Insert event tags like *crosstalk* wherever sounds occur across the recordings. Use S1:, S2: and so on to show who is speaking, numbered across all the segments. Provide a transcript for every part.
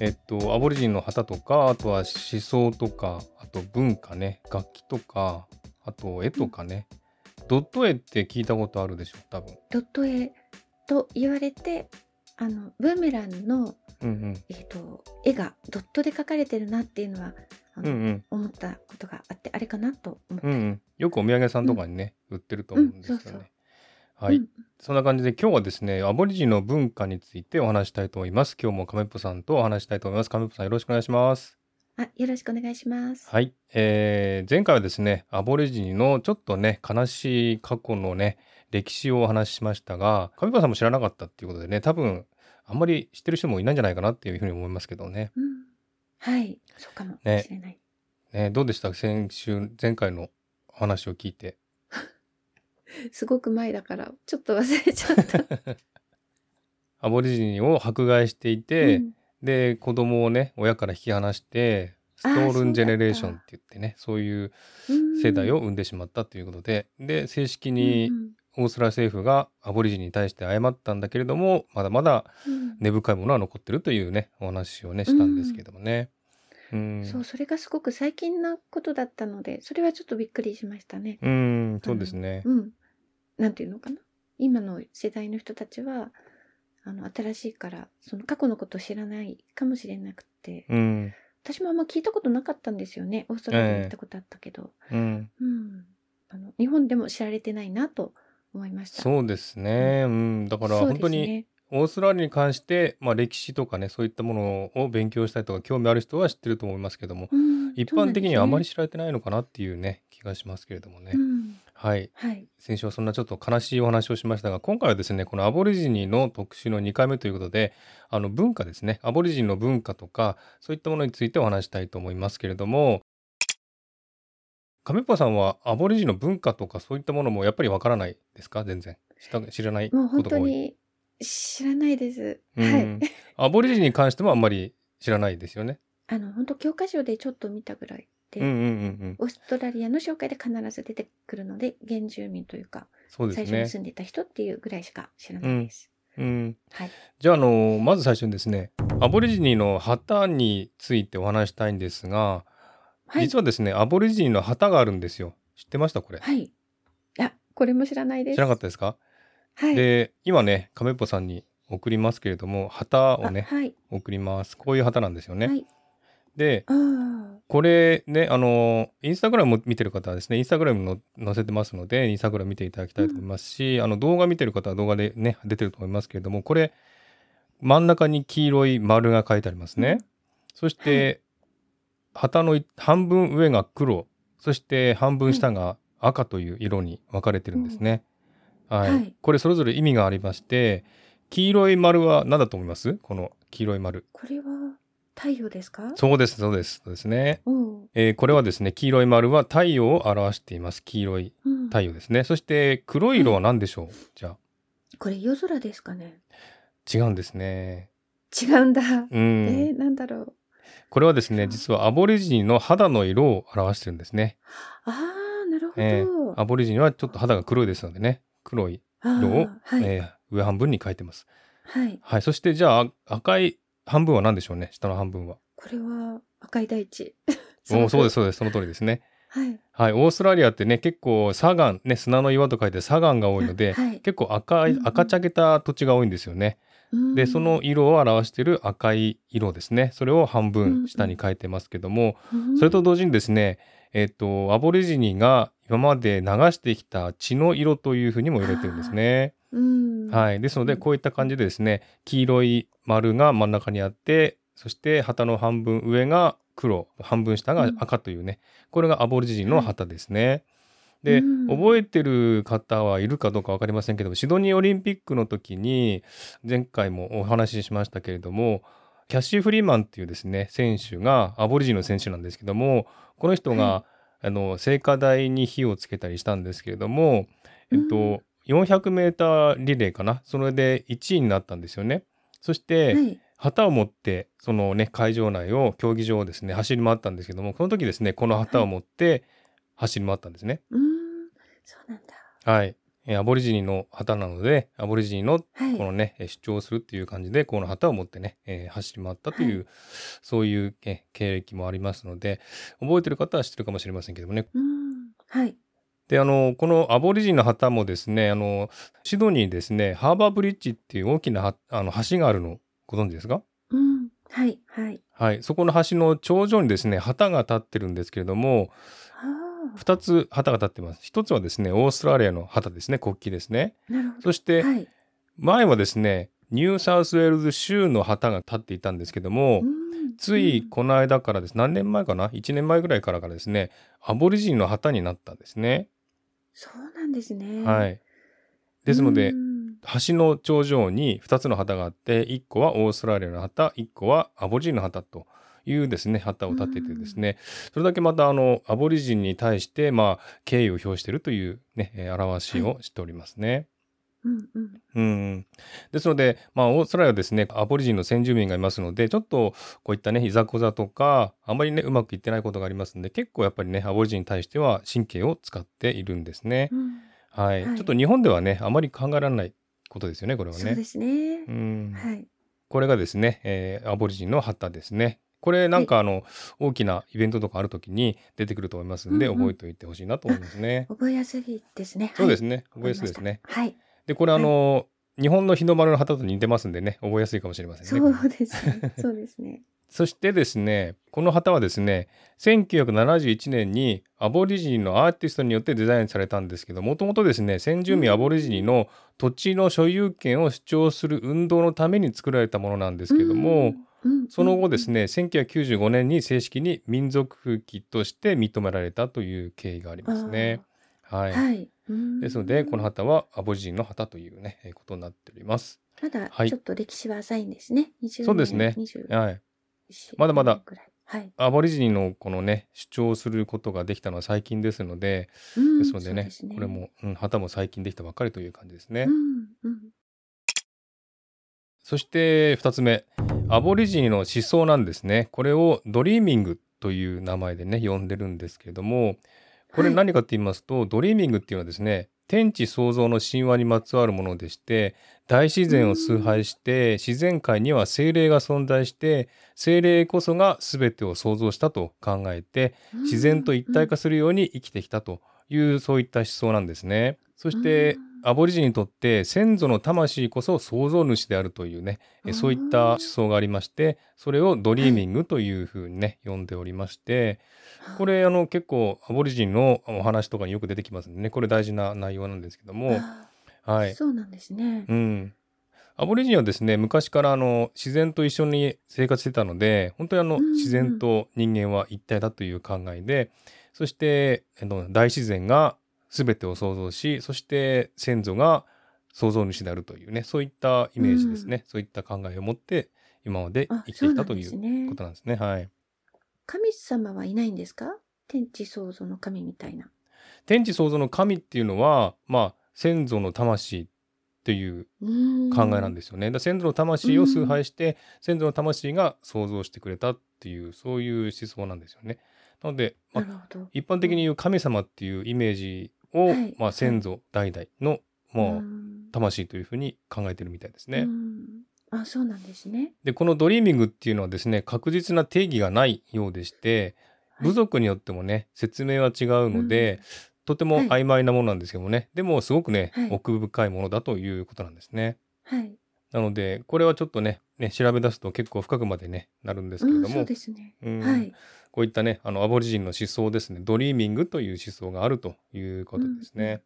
S1: えっと、アボリジンの旗とか、あとは思想とか、あと文化ね、楽器とか、あと絵とかね。ドット絵って聞いたことあるでしょ、多分。
S2: ドット絵と言われてあのブーメランの、
S1: うんうん。
S2: えー、と絵がドットで描かれてるなっていうのはあ
S1: う
S2: の、
S1: んうん。
S2: 思ったことがあってあれかなと思った
S1: うんうん。よくお土産屋さんとかにね、売ってると思うんですよね。
S2: うんそう
S1: は
S2: う
S1: い
S2: ん。
S1: そんな感じで今日はですね、アボリジンの文化についてお話したいと思います。今日も亀っぽさんとお話したいと思います。亀っぽさんよろしくお願いします。
S2: あよろしくお願いします。
S1: はい。えー、前回はですね、アボリジンのちょっとね、悲しい過去のね、歴史をお話ししましたが、亀っぽさんも知らなかったっていうことでね、多分、あんまり知ってる人もいないんじゃないかなっていうふうに思いますけどね。
S2: うん、はいそうかもし
S1: ね
S2: れない。
S1: ねどうでした先週、前回のお話を聞いて。
S2: すごく前だからちょっと忘れちゃ
S1: *laughs*
S2: った。
S1: アボリジンを迫害していて、
S2: うん
S1: で子供をね親から引き離してスト
S2: あー
S1: ールンジェネレーシ
S2: そう
S1: ョン
S2: だ
S1: っ
S2: って
S1: 言ってねそういう
S2: うん
S1: 世代を生んでしまったということで、で正式
S2: うん
S1: にオーストラリア政府がアボリジニに対して謝ったんだけれどもまだまだ
S2: うん
S1: 根深いものは残ってるというねお話をねしたんですけどもね。うん
S2: うんそうそれがすごく最近なことだったのでそれはちょっとびっくりしましたね。
S1: うんそうですね。
S2: うん、なんていうのかな今の世代の人たちはあの新しいからその過去のことを知らないかもしれなくて
S1: うん、
S2: 私もあんま聞いたことなかったんですよねオーストラリアに行ったことあったけど、
S1: うん、
S2: うん、あの日本でも知られてないなと思いました
S1: そうですね。うん、だから
S2: そ
S1: 本
S2: うです
S1: 当に
S2: ね
S1: オーストラリアに関して、まあ、歴史とかねそういったものを勉強したりとか興味ある人は知ってると思いますけども
S2: うん
S1: 一般的にはあまり
S2: そ
S1: 知られてないのかなっていうね気がしますけれどもね、
S2: うなんですね
S1: はい
S2: うん、はい
S1: 先週はそんなちょっと悲しいお話をしましたが今回はですねこのアボリジニの特集の2回目ということであの文化ですねアボリジニの文化とかそういったものについてお話したいと思いますけれども亀っぽさんはアボリジニの文化とかそういったものもやっぱりわからないですか全然した知らないこ
S2: もう本
S1: と
S2: 当
S1: が多い
S2: に知らないです、
S1: う
S2: はい
S1: ん、アボリジニに関してもあんまり知らないですよね。
S2: あの本当教科書でちょっと見たぐらいで、
S1: うんうんうんうん、
S2: オーストラリアの紹介で必ず出てくるので原住民というか
S1: そうで
S2: 最
S1: す
S2: 初に
S1: ね。
S2: 住んでいた人っていうぐらいしか知らないです。
S1: うん、
S2: はい。
S1: じゃああのまず最初にですねアボリジニの旗についてお話したいんですが、
S2: はい。
S1: 実はですねアボリジニの旗があるんですよ。知ってましたこれ、
S2: はい。あ、これも知らないです。
S1: 知らなかったですか、
S2: はい。
S1: で今ね亀っぽさんに送りますけれども旗を
S2: あ
S1: ね
S2: はい。
S1: 送りますこういう旗なんですよね。
S2: はい。
S1: で
S2: ああ。
S1: これね、あの、インスタグラムを見てる方はですね、インスタグラムの載せてますので、インスタグラム見ていただきたいと思いますし、あの、動画見てる方は動画でね、出てると思いますけれども、これ、真ん中に黄色い丸が書いてありますね。そして、旗のい半分上が黒、そして半分下が赤という色に分かれてるんですね。はい。
S2: はい
S1: これ、それぞれ意味がありまして、黄色い丸は何だと思いますこの黄色い丸。
S2: これは太陽ですか？
S1: そうです、そうです、そうですね。
S2: おう。
S1: えーこれはですね黄色い丸は太陽を表しています黄色い
S2: うん。
S1: 太陽ですねそして黒い色は何でしょう、じゃあ
S2: これ夜空ですかね？
S1: 違うんですね
S2: 違うんだ。
S1: うん、
S2: えー、なんだろう。
S1: これはですね実はアボリジニの肌の色を表してるんですね、
S2: ああ、なるほど。
S1: えーアボリジニはちょっと肌が黒いですのでね黒い、
S2: あ
S1: 色を
S2: ーはい、
S1: えー上半分に描いてます
S2: はい。
S1: はいそしてじゃあ赤い半分は何でしょうね下の半分は
S2: これは赤い大地。。
S1: *laughs* おーそうですすそうですその通りですね
S2: *laughs* はい。
S1: はいオーストラリアってね結構砂岩ね砂の岩と書いて砂岩が多いので、
S2: はい。
S1: 結構赤
S2: う
S1: い
S2: んうん
S1: 赤茶けた土地が多いんですよね、
S2: うん
S1: でその、色を表している赤い色ですねそれを半分下に書いてますけども、
S2: うん
S1: それと同時にですねえっ、とアボリジニが今まで流してきた血の色というふうにも言われてるんですね。
S2: うん。い。
S1: はい、ですので
S2: うん
S1: こういった感じでですね黄色い丸が真ん中にあってそして旗の半分上が黒半分下が赤というね、これがアボリジニの旗ですね。で、
S2: うん
S1: 覚えてる方はいるかどうか分かりませんけどもシドニーオリンピックの時に前回もお話ししましたけれどもキャッシー・フリーマンっていうですね選手がアボリジンの選手なんですけどもこの人が、
S2: は
S1: あの聖火台に火をつけたりしたんですけれども、えっと
S2: う
S1: 400m リレーかなそれで1位になったんですよね。そして、
S2: はい。
S1: 旗を持ってそのね会場内を競技場をですね走り回ったんですけどもこの時ですねこの旗を持って走り回ったんですね。
S2: うん。そうなんだ。
S1: はい。えーアボリジニの旗なのでアボリジニの
S2: はい。
S1: このね、えー主張するっていう感じでこの旗を持ってね、えー走り回ったという、そういう、えー経歴もありますので覚えてる方は知ってるかもしれませんけどもね
S2: うん。はい。
S1: であのこのアボリジンの旗もですねあのシドニーにですねハーバーブリッジっていう大きなはあの橋があるのご存知ですか
S2: うん。はい。はい。
S1: はい、そこの橋の頂上にですね旗が立ってるんですけれども
S2: あ
S1: 2つ旗が立ってます1つはですねオーストラリアの旗ですね国旗ですね
S2: あ。なるほど。
S1: そして
S2: はい。
S1: 前はですねニューサウスウェールズ州の旗が立っていたんですけども、
S2: うん
S1: ついこの間からです何年前かな1年前ぐらいからからですねアボリジンの旗になったんですね、
S2: そうなんですね。。
S1: はいいですので、
S2: うん
S1: 橋の頂上に2つの旗があって1個はオーストラリアの旗1個はアボリジンの旗というですね旗を立ててですねそれだけまたあのアボリジンに対してまあ敬意を表しているというねえー表しをしておりますね。
S2: うんうん。
S1: うん、ですので、まあ、オーストラリアはですねアボリジンの先住民がいますのでちょっとこういったねいざこざとかあまりねうまくいってないことがありますので結構やっぱりねアボリジンに対しては神経を使っているんですね。
S2: うん
S1: はい、
S2: はい
S1: ちょっと日本ではねあまり考えられないことですよねこれはね。
S2: そうですね
S1: う。ん
S2: はい。
S1: これがですね、えーアボリジンの旗ですね。これなんかあの大きなイベントとかある時に出てくると思いますんで、
S2: うんうん
S1: 覚えておいてほしいなと思いますね。
S2: 覚えやすいですね。
S1: そうです
S2: ね。
S1: ね、覚えやすいですね。
S2: はい。
S1: で、これあの、日本の日の丸の旗と似てますんでね、覚えやすいかもしれませんね。
S2: そ
S1: これ
S2: うで
S1: *laughs*
S2: すね。そうですね。
S1: そしてですね、この旗はですね、1971年にアボリジンのアーティストによってデザインされたんですけど、もともとですね、先住民アボリジニの土地の所有権を主張する運動のために作られたものなんですけども、
S2: うん、うん
S1: その後です。ね、1995年に正式に民族風紀として認められたという経緯がありますね。は
S2: あ
S1: い。
S2: ー。はい。うん
S1: ですので、この旗はアボリジンの旗というね、えーことになっております。
S2: まだ
S1: はい
S2: ちょっと歴史は浅いんですね。20
S1: そうですね
S2: 年20
S1: はい。まだまだ
S2: ぐらい。はい。
S1: アボリジニのこのね、主張することができたのは最近ですので、
S2: うん
S1: ですのでね、
S2: そう
S1: これも、うん、旗も最近できたばっかりという感じですね。
S2: うんうん。
S1: そして2つ目、アボリジニの思想なんですね。これをドリーミングという名前でね、呼んでるんですけれども、これ
S2: はい
S1: 何かって言いますと、ドリーミングっていうのはですね、天地創造の神話にまつわるものでして、大自然を崇拝して、自然界には精霊が存在して、精霊こそが全てを創造したと考えて、自然と一体化するように生きてきたというそういった思想なんですね。そして
S2: うん
S1: アボリジニにとって先祖の魂こそ創造主であるというねえそういった思想がありましてそれをドリーミングというふうにね呼んでおりましてこれあの結構アボリジニのお話とかによく出てきますんでねこれ大事な内容なんですけども
S2: あー
S1: はい。
S2: そうなんですね。
S1: うんアボリジニはですね昔からあの自然と一緒に生活してたので本当にあの
S2: うんうん
S1: 自然と人間は一体だという考えでそしてあの大自然が全てを創造しそして先祖が創造主であるというねそういったイメージですね、そういった考えを持って今まで
S2: あ
S1: 生き
S2: そ
S1: て
S2: う
S1: きた
S2: なん
S1: と
S2: で
S1: い
S2: す
S1: う
S2: ね
S1: ことなんですね。はい、
S2: 神様はいないんですか天地創造の神みたいな。
S1: 天地創造の神っていうのは、まあ、先祖の魂っていう
S2: 考え
S1: 考えなんですよね。だから先祖の魂を崇拝して、先祖の魂が創造してくれたっていうそういう思想なんですよね。なので、ま
S2: な
S1: あ
S2: るほど。
S1: 一般的に言う神様っていうイメージを、
S2: はい
S1: まあ、先祖代々の、
S2: う
S1: まあ、
S2: ん
S1: 魂というふうに考えてるみたいですね。
S2: うんあ、そうなんですね。
S1: でこのドリーミングっていうのはですね確実な定義がないようでして
S2: はい
S1: 部族によってもね説明は違うので、とても
S2: はい
S1: 曖昧なものなんですけどもね、でもすごくね、
S2: はい
S1: 奥深いものだということなんですね。
S2: はい。
S1: なので、これはちょっとね、ね、調べ出すと結構深くまでね、なるんです
S2: う
S1: けれ
S2: ん
S1: ど
S2: そう
S1: も、
S2: ですね。
S1: うん
S2: はい。
S1: こういったね、あの、アボリジンの思想ですね、ドリーミングという思想があるということですね。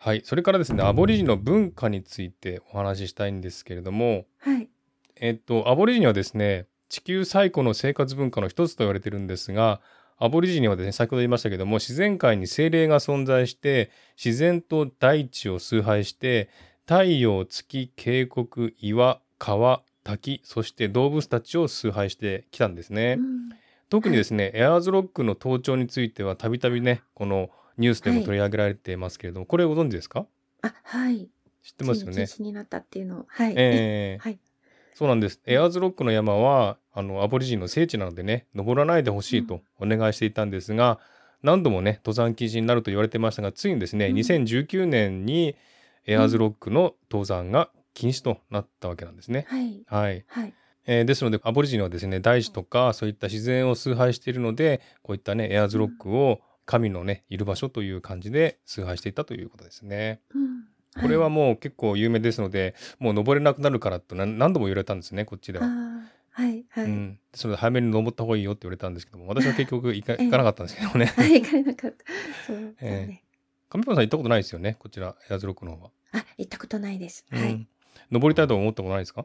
S1: はい、それからですね、アボリジンの文化についてお話ししたいんですけれども、
S2: はい。
S1: えっと、アボリジニはですね、地球最古の生活文化の一つと言われてるんですが、アボリジニはですね、先ほど言いましたけども、自然界に精霊が存在して、自然と大地を崇拝して、太陽、月、渓谷、岩、川、滝、そして動物たちを崇拝してきたんですね。
S2: うん
S1: 特にですね、エアーズロックの登頂については、たびたびね、このニュースでも取り上げられてますけれども、これご存知ですか
S2: あ、はい。
S1: 知ってますよね。
S2: 禁止になったっていうのを。はい。
S1: ええ
S2: はい。
S1: そうなんです。エアーズロックの山はあのアボリジンの聖地なのでね登らないでほしいとお願いしていたんですが、何度もね登山禁止になると言われてましたがついにですね、
S2: うん
S1: 2019年にエアーズロックの登山が禁止となったわけなんですね。
S2: はい。
S1: はい
S2: はい。
S1: えーですのでアボリジニはですね大地とかそういった自然を崇拝しているのでこういったねエアーズロックを神のねいる場所という感じで崇拝していたということですね。
S2: うん。
S1: これはもう結構有名ですので、もう登れなくなるからとな何度も言われたんですねこっちでは。
S2: ああー、はい、は
S1: う
S2: い。
S1: ん、それで早めに登った方がいいよって言われたんですけど
S2: *laughs*
S1: も私は結局行か
S2: ええ
S1: 行かなかったんですけどね
S2: はい、行かれなかった。そうだね。
S1: 上本さん行ったことないですよねこちらエアーズロックの方は、
S2: あ、行ったことないです。
S1: うん
S2: はい。
S1: 登りたいと思ったことないですか、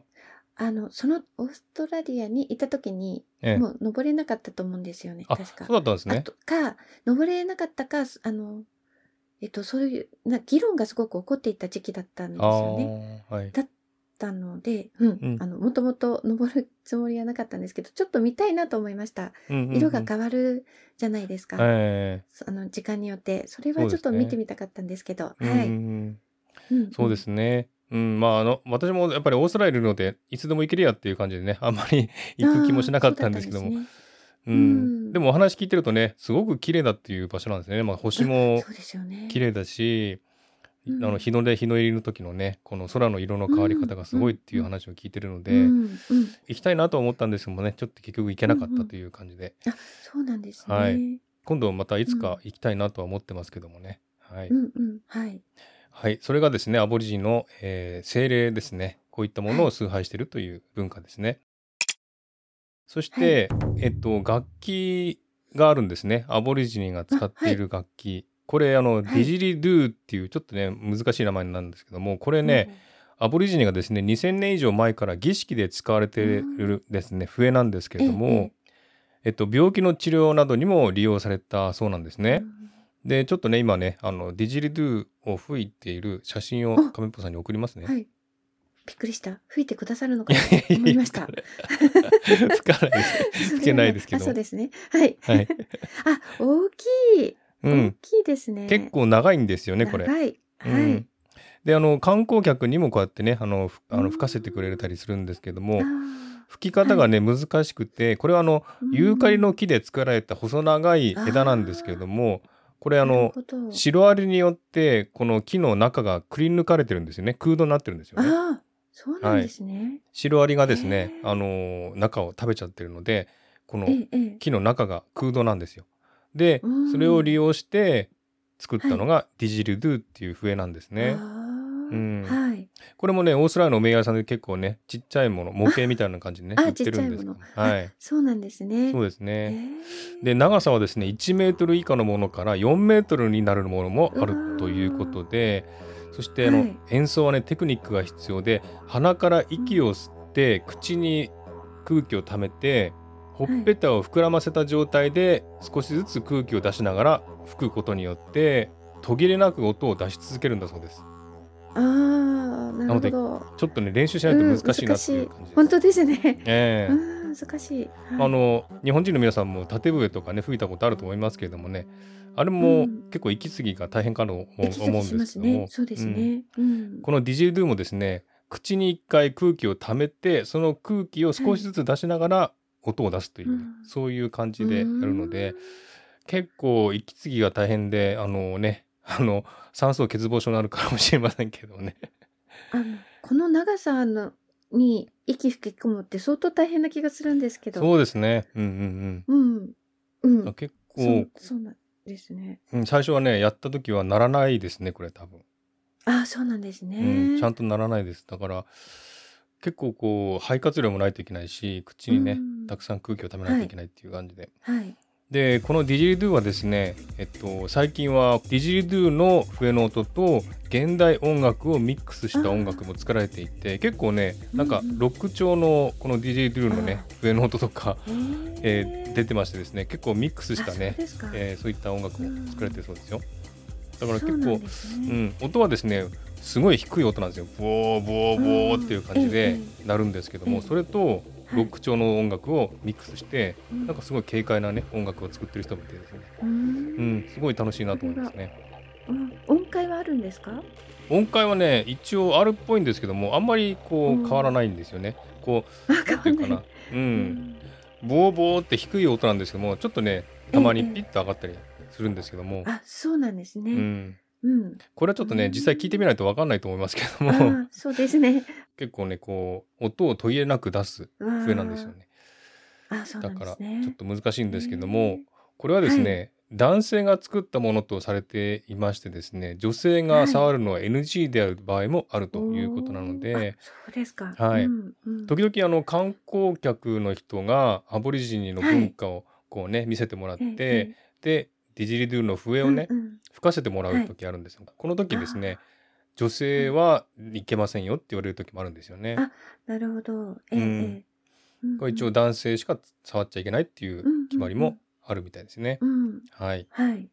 S2: あの、そのオーストラリアに行った時に、
S1: ええ
S2: もう登れなかったと思うんですよね。
S1: あ
S2: 確か
S1: そう。だったんです
S2: あ
S1: ね
S2: とか、登れなかったか、すあの、えっと、そういう、な、議論がすごく起こっていた時期だったんです
S1: ああ
S2: よね。
S1: ーはい
S2: だったので、うん、
S1: うん
S2: あの、もともと登るつもりはなかったんですけど、ちょっと見たいなと思いました。
S1: うんうんうん
S2: *laughs* 色が変わるじゃないですか。
S1: え
S2: そあの、時間によって。それ
S1: そ
S2: は
S1: う
S2: ち
S1: で
S2: ょっ
S1: す
S2: と
S1: ね
S2: 見てみたかったんですけど、
S1: え
S2: は
S1: うん
S2: い。
S1: うんうん
S2: うん
S1: そうですねうんまああの私もやっぱりオーストラリアにいるのでいつでも行けるやっていう感じでねあんまり行く気もしなかったんですけども
S2: あー
S1: う
S2: そうだっうん
S1: ん、でもお話聞いてるとねすごく綺麗だっていう場所なんですね、まあ、星
S2: たん
S1: も
S2: ですねそうですよね。
S1: 綺麗だし、
S2: うん
S1: あの日の出日の入りの時のねこの空の色の変わり方がすごいっていう話を聞いてるので、
S2: うんうん、
S1: 行きたいなとは思ったんですけどもねちょっと結局行けなかったという感じで、
S2: あ、そうなんですね。
S1: はい今度またいつか行きたいなとは思ってますけどもね、はい、
S2: うんうん、はい。
S1: はい、それがですねアボリジンの、えー、精霊ですねこういったものを崇拝しているという文化ですね。そして、えっと、楽器があるんですねアボリジニが使っている楽器、これあの、ディジリドゥっていうちょっとね難しい名前なんですけどもこれね、アボリジニがですね2000年以上前から儀式で使われているですね笛なんですけれども、
S2: え
S1: え
S2: え
S1: っと、病気の治療などにも利用されたそうなんです
S2: うん、
S1: ね。でちょっとね今ねあのディジリドゥを吹いている写真を
S2: あ
S1: 亀っぽさんに送りますね。、
S2: はい
S1: *laughs*
S2: い。びっくりした。吹いてくださるのかと思いました。
S1: *laughs* 吹かないです吹けないですけ
S2: あ
S1: ど
S2: そう。ですね。はい。
S1: はい、
S2: あ、大きい。
S1: う
S2: 大
S1: ん、
S2: きいですね。
S1: 結構長いんですよねこれ。
S2: 長い。
S1: う
S2: はい。
S1: ん、であの観光客にもこうやってねあのふあ
S2: う
S1: の
S2: ん
S1: 吹かせてくれたりするんですけど
S2: あ
S1: も
S2: ー
S1: 吹き方がね難しくてこれはあの
S2: うん
S1: ユーカリの木で作られた細長い枝なんですけれどもこれあ
S2: なる
S1: の
S2: ほど
S1: シロアリによってこの木の中がくり抜かれてるんですよね空洞になってるんですよね。
S2: あー、そうなんですね。
S1: シロアリがですね
S2: へ、ー
S1: あのー中を食べちゃってるのでこの
S2: ええ、ええ。
S1: 木の中が空洞なんですよ。で
S2: うん
S1: それを利用して作ったのがディジルドゥっていう笛なんですね
S2: あ。ー
S1: うん
S2: はい。
S1: これもねオーストラリアのお土産屋さんで結構ねちっちゃいもの模型みたいな感じでね
S2: あ
S1: 売ってるんですけど
S2: ちっちゃいもの
S1: はい
S2: そうなんですね。
S1: そうですね。
S2: えー
S1: で長さはですね1メートル以下のものから4メートルになるものもあるということでそしてあの、
S2: はい
S1: 演奏はねテクニックが必要で鼻から息を吸って口に空気を溜めてほっぺたを膨らませた状態で少しずつ空気を出しながら吹くことによって途切れなく音を出し続けるんだそうです
S2: ああ、なるほ
S1: な
S2: ど。
S1: ちょっとね練習しないと難しいなっていう
S2: うん
S1: 感じです、
S2: 本当ですね。
S1: ええ
S2: うん、難しい。はい
S1: あの日本人の皆さんも縦笛とかね吹いたことあると思いますけれどもねあれも
S2: うん
S1: 結構息継ぎが大変かと思う
S2: 息
S1: 思
S2: 継
S1: う
S2: ぎ
S1: ん
S2: し
S1: で
S2: ますす
S1: けども、
S2: ね。そうです
S1: うん
S2: ね。うん。
S1: この DJ ドゥもですね口に一回空気を溜めてその空気を少しずつ出しながら音を出すというね、
S2: うん
S1: そういう感じでやるので結構息継ぎが大変であのねあの酸素欠乏症になるかもしれませんけどね。
S2: あのこの長さのに息吹き込むって相当大変な気がするんですけど。。
S1: そううですね。うんうん
S2: ん。う
S1: うん。
S2: ん。
S1: 結
S2: そ
S1: 構
S2: うそうなんですね。
S1: うん最初はねやった時はならないですねこれ多分。
S2: ああ、そうなんですね。
S1: うん、ちゃんとならないですだから結構こう肺活量もないといけないし口にね、
S2: うん
S1: たくさん空気をためないといけないっていう感じで、
S2: はい。
S1: でこのディジリドゥはですね、えっと、最近はディジリドゥの笛の音と現代音楽をミックスした音楽も作られていて結構ねなんか
S2: うんうん
S1: ロック調のこのディジリドゥのね
S2: あ
S1: 笛の音とか、えー出
S2: て
S1: てましてですね結構ミックスしたね
S2: そうですか。
S1: えーそういった音楽も作られてるそうですよだから
S2: そう
S1: 結
S2: な
S1: 構
S2: んです
S1: う
S2: ね。
S1: ん、音はですねすごい低い音なんですよボーボーボーっていう感じ
S2: う
S1: で
S2: んえ
S1: なるんですけども
S2: ええ
S1: それと
S2: はい
S1: ロック調の音楽をミックスして
S2: うん
S1: なんかすごい軽快なね音楽を作ってる人もいてですね、
S2: う。
S1: うんん、すごい楽しいなと思いますね
S2: うん音階はあるんですか？
S1: 音階はね一応あるっぽいんですけどもあんまりこ
S2: うん
S1: う変わらないんですよねこう
S2: あ、変
S1: なんていう
S2: わ
S1: か
S2: んな。
S1: ないう。
S2: うん
S1: ボーボーって低い音なんですけどもちょっとねたまにピッと上がったりするんですけども、
S2: あ、そうなんです
S1: う
S2: ね。
S1: ん、
S2: うん。
S1: これはちょっと
S2: う
S1: ね
S2: ん
S1: 実際聞いてみないと分かんないと思いますけど
S2: あ
S1: も
S2: ーそうですね。
S1: 結構ねこう音を途切れなく出す
S2: うわー
S1: *laughs* 笛なんですよね
S2: あ、そうな
S1: だ
S2: ん
S1: か
S2: で
S1: ら
S2: す
S1: ち
S2: ね。
S1: ょっと難しいんですけど
S2: へー
S1: もこれはですね、男性が作ったものとされていましてですね女性が触るのは NG である場合もあるということなので、
S2: おーあそうですか。
S1: はい
S2: うんうん
S1: 時々あの観光客の人がアボリジニの文化をこうね、見せてもらって、
S2: えええ
S1: でディジリドゥの笛
S2: え
S1: をね、
S2: うんうん
S1: 吹かせてもらう時あるんですよ、この時ですね女性はいけませんよって言われる時もあるんですよね
S2: あなるほど。ええ
S1: うん
S2: ええうん
S1: これ一応男性しか触っちゃいけないっていう決まりもあるみたいですね、
S2: うんうんうん、
S1: はい
S2: はい。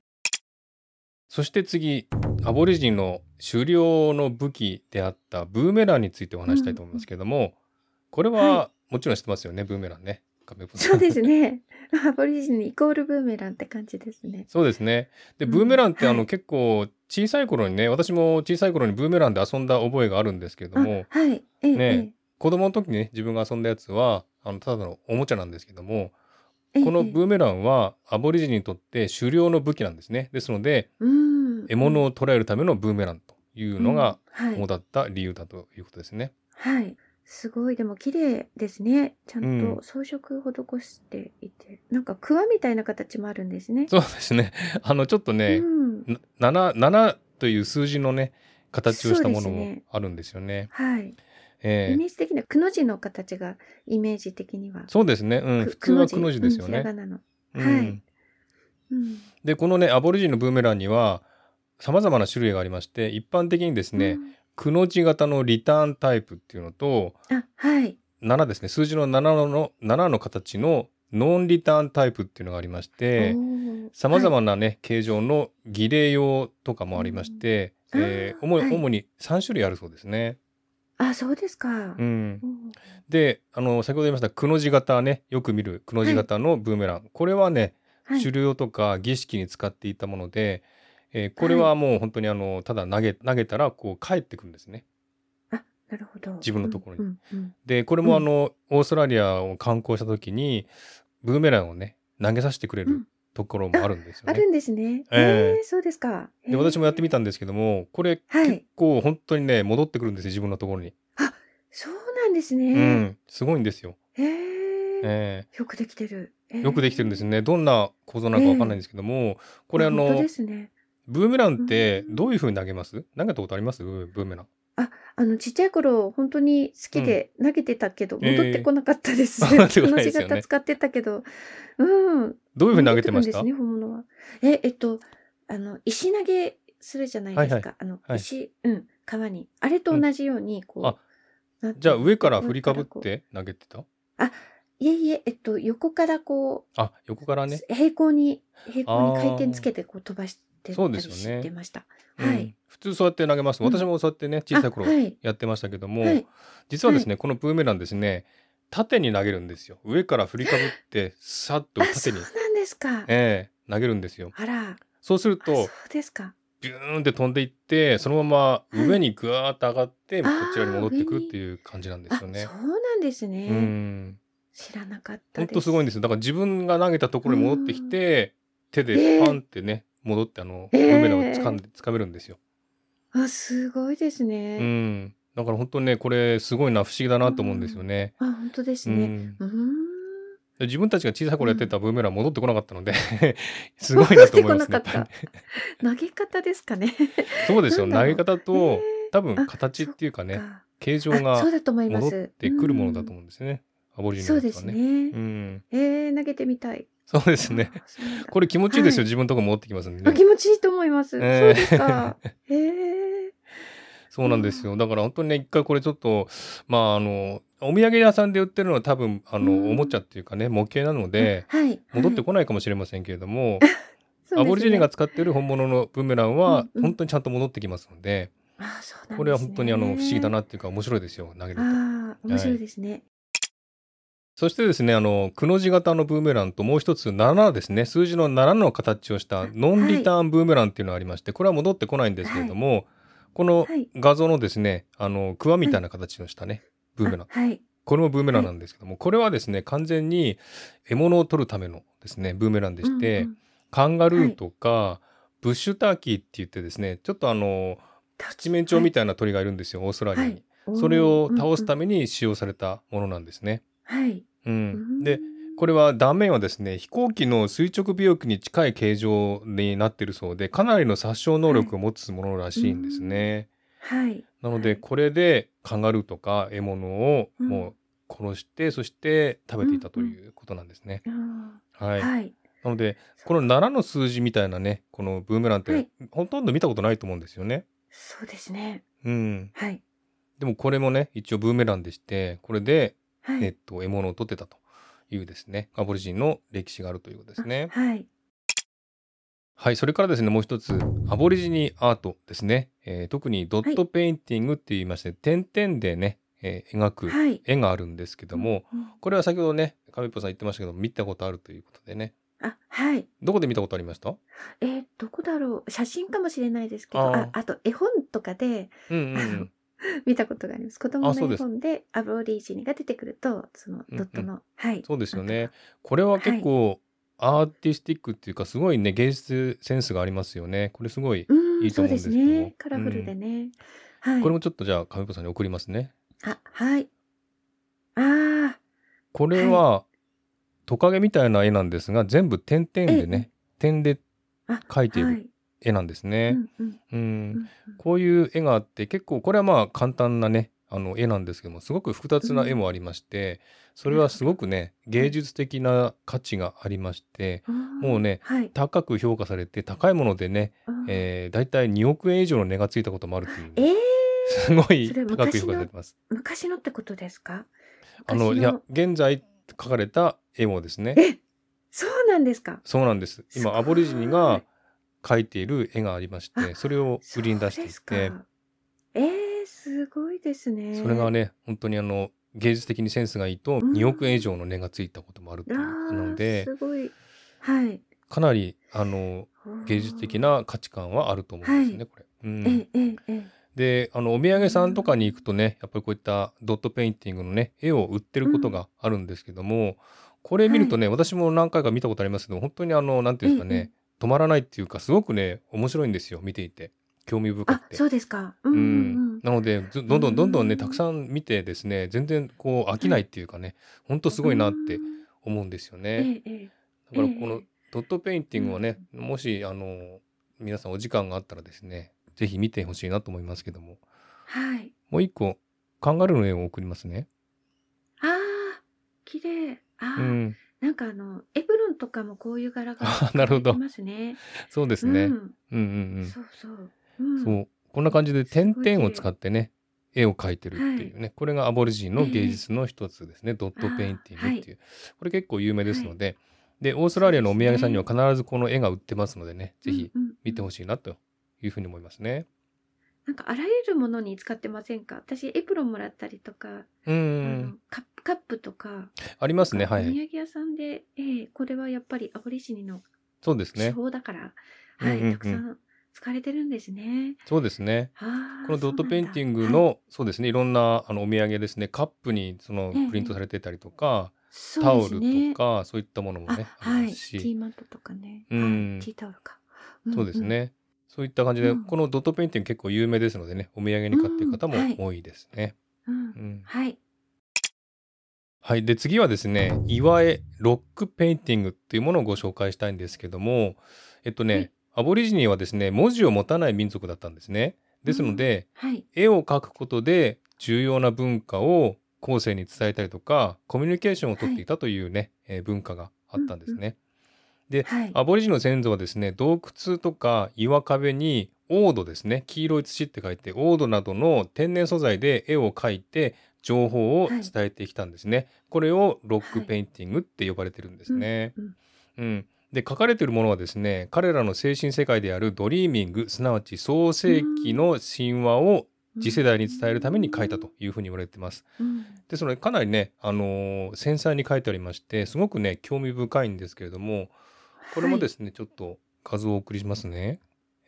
S1: そして次アボリジンの狩猟の武器であったブーメランについてお話したいと思いますけども、これは、
S2: は
S1: もちろん知ってますよねブーメランね亀子さん
S2: そうですね。 *laughs* アボリジンイコールブーメランって感じですね。
S1: *laughs* そうですね。で、
S2: うん
S1: ブーメランって、あ
S2: は
S1: の
S2: い
S1: 結構小さい頃にね、私も小さい頃にブーメランで遊んだ覚えがあるんですけれど
S2: あ
S1: も、
S2: はい。ええ
S1: ね子供の時にね、自分が遊んだやつは、あのただのおもちゃなんですけども、
S2: ええ
S1: この
S2: え
S1: ブーメランはアボリジニにとって狩猟の武器なんですね。ですので、
S2: えうん、
S1: 獲物を捕らえるためのブーメランというのが
S2: うん、はい
S1: 主だった理由だということですね。
S2: はい。すごい、でも綺麗ですね。ちゃん
S1: う
S2: と装飾施していて。なんか、クワみたいな形もあるんですね。
S1: そうですね。 *laughs* あのちょっとね、
S2: うん。
S1: な 7, 7という数字のね、形をしたもの
S2: そうで
S1: も
S2: すね
S1: あるんですよね。
S2: はい。
S1: え
S2: イ
S1: え
S2: メージ的には、くの字の形が、イメージ的には。
S1: そうですね。うん。普通はくの字ですよ
S2: うんひらが
S1: ね。
S2: なの。
S1: う
S2: らがなはい
S1: ん。
S2: うん。
S1: で、このね、アボリジンのブーメランには、様々な種類がありまして、一般的にですね、くの字型のリターンタイプっていうのと、
S2: うん。あ、はい。
S1: 7ですね、数字の7の、7の形のノンリターンタイプっていうのがありまして、
S2: さ
S1: 様
S2: まざま
S1: 々なね、形状の儀礼用とかもありまして、
S2: うん
S1: えー
S2: あー
S1: 主に
S2: はい
S1: 主に3種類あるそうですね。
S2: あ、そうですか。
S1: うん
S2: う。ん
S1: で、あの、先ほど言いました、くの字型ね、よく見るくの字型のブーメラン。これはね、
S2: はい
S1: 狩猟とか儀式に使っていたもので、えーこれはもう本当にあのただ投げ投げたらこう帰ってくるんですね。
S2: あ、なるほど。
S1: 自分のところに
S2: うんうんうん
S1: でこれもあの、オーストラリアを観光した時にブーメランをね投げさせてくれ
S2: うん
S1: るところもあるんですよ
S2: あ
S1: ね。
S2: るんですね。
S1: ええ
S2: ええ、そうですか。
S1: で私もやってみ
S2: た。
S1: たんですけどもこれ
S2: はい
S1: 結構本当にね戻ってくるんですよ自分のところに。
S2: そうなんです
S1: う
S2: ね。
S1: んすごいんですよ。
S2: ええ。
S1: え
S2: よくできてる。ええ
S1: えよくできてるんです。ね。どんな構造なのかわかんないんですけどもこれあ
S2: 本当
S1: の
S2: ですね。
S1: ブーメランってどういう風に投げます投げたことありますブーメラン。
S2: あ、あのちっちゃい頃本当に好きで投げてたけど、
S1: ええ
S2: 戻ってこなかったです。
S1: *laughs* 戻ってこな
S2: この
S1: いで
S2: 字
S1: すよね
S2: 型使ってたけど、うん。
S1: どういう風に投げてまし
S2: 戻
S1: た
S2: ってくるんですね、本物は。え、えっと、あの、石投げするじゃないですか。
S1: はいは
S2: あの、
S1: はい
S2: 石、うん、川に。あれと同じように、こう。
S1: あ
S2: なんていうの
S1: じゃあ上から振りかぶっ。て投げてた
S2: いえいえ、えっと、横からこ
S1: あ横から
S2: う、
S1: ね。
S2: 平行に、平行に
S1: あー
S2: 回転つけて、こう飛ばして
S1: そう
S2: た
S1: で
S2: り
S1: すよね
S2: してました。
S1: うん
S2: はい。
S1: 普通そうやって投げます。
S2: うん
S1: 私もそうやってね小さい頃
S2: あはい。
S1: やってましたけども、
S2: はい。
S1: 実はですね、このブーメランですね縦に投げるんですよ。上から振りかぶってさっと
S2: あ、そ
S1: 縦
S2: う
S1: に、
S2: なんですか。
S1: ええ投げるんですよ。
S2: あら、あ
S1: そうする
S2: そう
S1: と
S2: ですか。
S1: ビューンって飛んでいってそのまま上にぐわーっと上がって、
S2: はい
S1: こちらに戻ってくるっていう感じなんで
S2: あ、
S1: す
S2: そ
S1: よ
S2: う
S1: ね。
S2: なんですね。
S1: うん
S2: 知らなかった
S1: 本
S2: です。
S1: 当すごいんですよ。だから自分が投げたところに戻ってきて、手でパンってね、戻ってあの、
S2: えー
S1: ブーメランを掴んで、掴めるんですよ。
S2: あ、すごいですね。
S1: うん。だから本当にね、これすごいな、不思議だなと思うんですよね。
S2: あ、本当です
S1: う
S2: ね。
S1: ん。
S2: うーん。
S1: で自分たちが小さい頃やってたブーメラン戻ってこなかったので、
S2: *laughs*
S1: *laughs* すごいなと思いますね。
S2: 戻ってこなか *laughs* った
S1: やっぱりね
S2: 投げ方ですかね。
S1: そうですよ。
S2: なんだ
S1: 投げ方
S2: ろう
S1: と、多分
S2: あ
S1: 形っていうかね、
S2: か
S1: 形状
S2: あ
S1: が
S2: そうだと思いま
S1: 戻
S2: す。
S1: ってくるものだと
S2: 思
S1: 思うんですね。アボリジ
S2: そ
S1: ニ
S2: う
S1: と
S2: で
S1: か
S2: す
S1: ね。
S2: ね
S1: う。ん。
S2: えー、投げてみたい。
S1: そうです
S2: *laughs*
S1: ね。
S2: あ。そうなんだ
S1: これ気持ちいいですよ。
S2: は
S1: 自分のとこ戻ってきますんで
S2: あ、
S1: ね。
S2: 気持ちいいと思います。
S1: えー
S2: そうです
S1: *laughs*
S2: か。えー。
S1: そうなんですよ。だから本当にね、一回これちょっと、まあ、あの、お土産屋さんで売ってるのは多分、あの、
S2: うん
S1: おもちゃっていうかね、模型なので、
S2: はい、はい。
S1: 戻ってこないかもしれませんけれども、
S2: *laughs* そうですね
S1: アボリジニが使ってる本物のブーメランは、
S2: うんうん
S1: 本当にちゃんと戻ってきますので、
S2: あ、そうなんですね
S1: これは本当にあの、不思議だ。なっていうか、面白いですよ、投げると。
S2: あー面白いですね。
S1: そしてですね、あの、くの字型のブーメランと、もう一つ、7ですね、数字の7の形をしたノンリターンブーメランっていうのがありまして、これは戻ってこないんですけれども、この
S2: はい
S1: 画像のですね、あの、クワみたいな形をしたね、ブーメラン
S2: あ。はい。
S1: これもブーメランなんですけども、これはですね完全に獲物を取るためのですねブーメランでして、
S2: うんうん
S1: カンガルーとか、ブッシュターキーって言ってですねちょっとあの七面鳥みたいな鳥がいるんですよ、オーストラリアに、
S2: はいおー
S1: それを倒すた
S2: うん
S1: めに使用されたものなんですね。
S2: うんはい。
S1: うん
S2: う
S1: で
S2: ん
S1: これは断面はですね飛行機の垂直尾翼に近い形状になっているそうでかなりの殺傷能力を持つものらしいんですね。
S2: はい。
S1: なのでこれでカンガルーとか獲物を
S2: うん
S1: もう殺して、そして食べていたということなんですね。
S2: あ
S1: は
S2: ー
S1: い、
S2: はい。
S1: なのでこの7の数字みたいなねこのブーメランっ
S2: は
S1: て
S2: い
S1: ほとんど見たことないと思うんですよね。
S2: そうですね。
S1: うん、
S2: はい。
S1: でもこれもね一応ブーメランでしてこれで、
S2: はい。
S1: えっと、獲物を取ってたというですねカンボジ人の歴史があるということですね。
S2: はい。
S1: はい、それからですね、もう一つ、アボリジニアートですね。えー特にドットペインティングって言いまして、点々でね、えー描く
S2: はい。
S1: 絵があるんですけども、
S2: うん、
S1: これは先ほどね、亀っぽさん言ってましたけど、見たことあるということでね。
S2: あ、はい。
S1: どこで見たことありました
S2: えー、どこだろう。写真かもしれないですけど、
S1: あ
S2: あ
S1: ー
S2: あと絵本とかで *laughs*
S1: うんうんうん。
S2: 見たことがあります。子供
S1: あそう
S2: の
S1: で
S2: 絵
S1: す
S2: 本でアボリジニが出てくると、そのドットの、はい。
S1: そうですよね。これは結構、アーティスティックっていうか、すごいね、芸術センスがありますよね。これすごい。
S2: うん、
S1: いいと思うんですけど
S2: そうですね。カラフルでね。はい。
S1: これもちょっとじゃあ、亀っぽさんに送りますね。
S2: あ、はい。ああ、
S1: これは、トカゲみたいな絵なんですが、全部点々でね、点で
S2: あ、
S1: 描いている
S2: はい。
S1: 絵なんです
S2: う
S1: ね。
S2: んうん
S1: うん
S2: うんうん。
S1: こういう絵があって結構これはまあ簡単なねあの絵なんですけどもすごく複雑な絵もありまして、それはすごくね芸術的な価値がありましても
S2: も
S1: うね
S2: はい。
S1: 高く評価されて高いものでね、
S2: あー
S1: えー、大体2億円以上の値がついたこともあるという
S2: え
S1: ね、
S2: ー、
S1: すごい
S2: それ
S1: 高く
S2: 昔
S1: 評
S2: の
S1: 価されてます。
S2: 昔のってことですか
S1: あ
S2: 昔の
S1: のいや現在描かれた絵もですね
S2: えそうなんですか
S1: そうなんです
S2: すご
S1: 今
S2: い
S1: アボリジニが描いている絵がありまして
S2: あ
S1: それを売りに出していて。
S2: そうですかえー、すごいですね
S1: それがね本当にあの芸術的にセンスがいいと
S2: うん
S1: 2億円以上の値がついたこともある
S2: あ
S1: ということなの
S2: ー
S1: です
S2: ごいはい
S1: かなりあの芸術的な価値観はあると思うんですよね、
S2: は
S1: これ。う
S2: え
S1: ん、
S2: えええ
S1: であのお土産さんとかに行くとねやっぱりこういったドットペインティングのね絵を売ってることがあるんですけども、これ見るとね、私も何回か見たことありますけど本当にあのなんていうんですかね、止まらないっていうかすごくね面白いんですよ見ていて興味深
S2: あ
S1: くて。
S2: そうですかうん
S1: う
S2: うんん
S1: なのでずどんどんどんどん
S2: う
S1: ね
S2: ん
S1: たくさん見てですね全然こう飽きないっていうかねほんとすごいなって思うんですよ
S2: え
S1: ね。
S2: ええ
S1: だから
S2: ええ
S1: このドットペインティングはねもしあの皆さんお時間があったらですねぜひ見てほしいなと思いますけども
S2: はい
S1: もう一個カンガルーの絵を送りますね。
S2: ああ綺麗
S1: う
S2: あー、
S1: ん、
S2: なんかあのエプロンとかもこういう柄が
S1: あーなるほど
S2: いますね
S1: そうですね。
S2: う
S1: うん
S2: ん
S1: うん
S2: そうそう、
S1: う
S2: う
S1: ん。
S2: ん、
S1: そうこんな感じで点々を使ってね絵を描いてるっていうねこれがアボリジンの芸術の一つですねドットペインティングっていうこれ結構有名ですのででオーストラリアのお土産さんには必ずこの絵が売ってますのでねぜひ
S2: うんうん
S1: 見てほしいなというふうに思いますね。
S2: なんかあらゆるものに使ってませんか私エプロンもらったりとか、
S1: う
S2: あの
S1: ん
S2: カップカップとか
S1: ありますね
S2: なんか
S1: は
S2: お土
S1: い
S2: 産屋さんで、ええこれはやっぱりアボリジニの
S1: そうです
S2: 手
S1: ね
S2: 法だから、
S1: うん
S2: はい、
S1: うんうん
S2: たくさん使われてるんですね。
S1: そうですね。
S2: あー
S1: このドットペインティング、
S2: そうなんだ
S1: のそうですねいろんなあのお土産ですねカップにその
S2: ええ
S1: プリントされてたりとかタ
S2: はい
S1: オ
S2: そう
S1: ル
S2: ですね
S1: とかそういったものもね
S2: あ、は
S1: あり
S2: い、
S1: ま
S2: テ
S1: す
S2: ィ
S1: し
S2: ーマットとかね、
S1: うん
S2: はい、ティータオルか。
S1: そうです
S2: んん。
S1: ね。そういった感じで、
S2: うん
S1: このドットペインティング結構有名ですのでね、お土産に買ってる方も
S2: うんはい
S1: 多いですね。
S2: うん
S1: うん
S2: はい、
S1: はい。で、次はですね、岩絵ロックペインティングっていうものをご紹介したいんですけども、えっと
S2: は
S1: ね
S2: い、
S1: アボリジニはですね、文字を持たない民族だったんですね。ですので、
S2: はい、
S1: 絵を描くことで重要な文化を後世に伝えたりとか、コミュニケーションをとっていたというね、えー文化があったんですね。で
S2: はい。
S1: アボリジニの先祖はですね洞窟とか岩壁に黄土ですね黄色い土って書いて黄土などの天然素材で絵を描いて情報を伝えてきたんですね、これをロックペインティングって呼ばれてるんですね、
S2: うんうん
S1: うんで書かれてるものはですね彼らの精神世界であるドリーミングすなわち創世紀の神話を次世代に伝えるために書いたというふうに言われてます
S2: うん。
S1: でそれかなりね、あのー繊細に書いてありましてすごくね興味深いんですけれどもこれもですね、ちょっと画像をお送りしますね。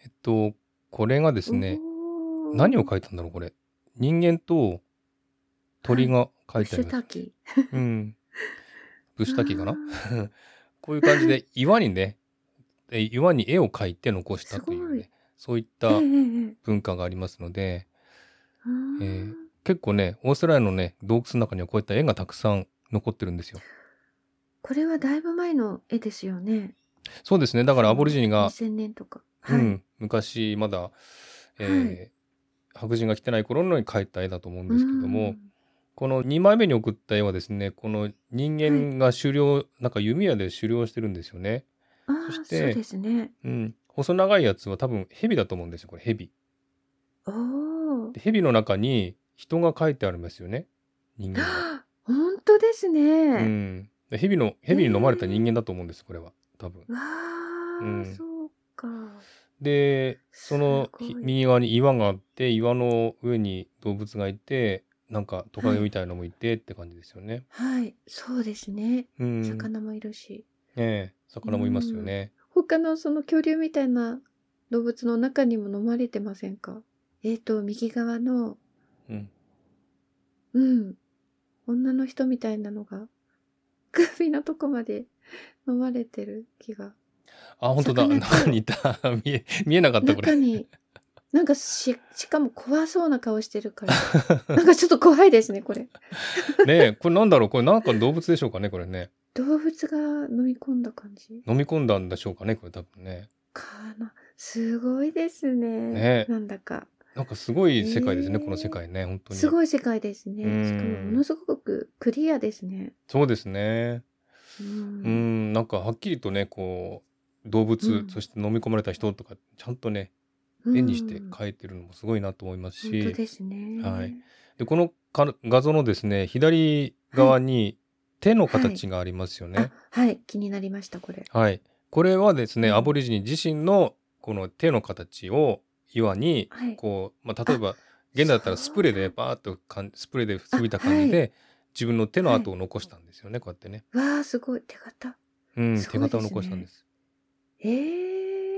S1: えっとこれがですね何を
S2: い
S1: 書いたんだろうこれ人間と鳥が書いてあります。
S2: キ
S1: うん、ブッシュタキかな
S2: あー
S1: こういう感じで岩にねえ岩に絵を描いて残したとい
S2: す
S1: う、
S2: ご
S1: ね
S2: い、
S1: そういっ
S2: え
S1: た
S2: えええええ
S1: 文化がありますので
S2: あー
S1: えー結構ねオーストラリアのね洞窟の中にはこういった絵がたくさん残ってるんですよ。
S2: これはだいぶ前の絵ですよね。
S1: そうですねだからアボリジニが、
S2: 2000年とか。
S1: う
S2: はい。
S1: ん、昔まだ、えー白人が来てない頃のに描いた絵だと思うんですけども、
S2: うん
S1: この2枚目に送った絵はですねこの人間が狩猟、なんか弓矢で狩猟してるんですよね。
S2: ああ、
S1: そ
S2: そう
S1: して
S2: ですね。
S1: うん、細長いやつは多分蛇だと思うんですよこれ蛇。
S2: おお
S1: で。蛇の中に人が描いてありますよね人間が。
S2: あ *gasps* 本当です
S1: う
S2: ね。
S1: ん、で蛇の蛇に飲まれた人間だと思うんですこれは多分。
S2: わあ、
S1: うん
S2: そうか。
S1: でその
S2: すごい
S1: ひ右側に岩があって岩の上に動物がいてなんかトカゲみたいのもいてって感じですよね。
S2: はい、そうですね。
S1: うん、ね
S2: 魚もいるし、
S1: え魚もいますよね。
S2: 他のその恐竜みたいな動物の中にも飲まれてませんか。えっ、と右側の
S1: うん、
S2: うん女の人みたいなのが首のとこまで飲まれてる気が。
S1: あ本当だ
S2: 魚と
S1: 中にいた見え見えなかったこ
S2: 中
S1: れ。
S2: になんかししかも怖そうな顔してるからなんかちょっと怖いですねこれ。
S1: ねえこれなんだろうこれなんかの動物でしょうかねこれね
S2: 動物が飲み込んだ感じ
S1: 飲み込んだんでしょうかねこれ多分ね
S2: かな。すごいですね。
S1: ね
S2: なんだか。
S1: なんかすごい世界ですね、
S2: へえ
S1: この世界ね本当に
S2: すごい世界ですね。
S1: うん
S2: しかもものすごくクリアですね。
S1: そうですね
S2: う。
S1: うんんなんかはっきりとねこう動物、
S2: うん
S1: そして飲み込まれた人とかちゃんとね絵にして描いてるのもすごいなと思います
S2: うん
S1: し、
S2: 本当
S1: で
S2: ですね。
S1: はいこのか画像のですね左側に手の形がありますよね、
S2: あ、はい、気になりましたこれ。
S1: はい。これはですね、
S2: うん
S1: アボリジニ自身のこの手の形を岩に
S2: はい
S1: こう、まあ、例えば現代だったらスプレーでバーッとかんスプレーで吹いた感じで、
S2: あ
S1: 自分の手の跡を残したんですよね、こうやってね。
S2: わあすごい手形。
S1: うん、
S2: す
S1: 手
S2: ごいですね
S1: 形を残したんです。
S2: え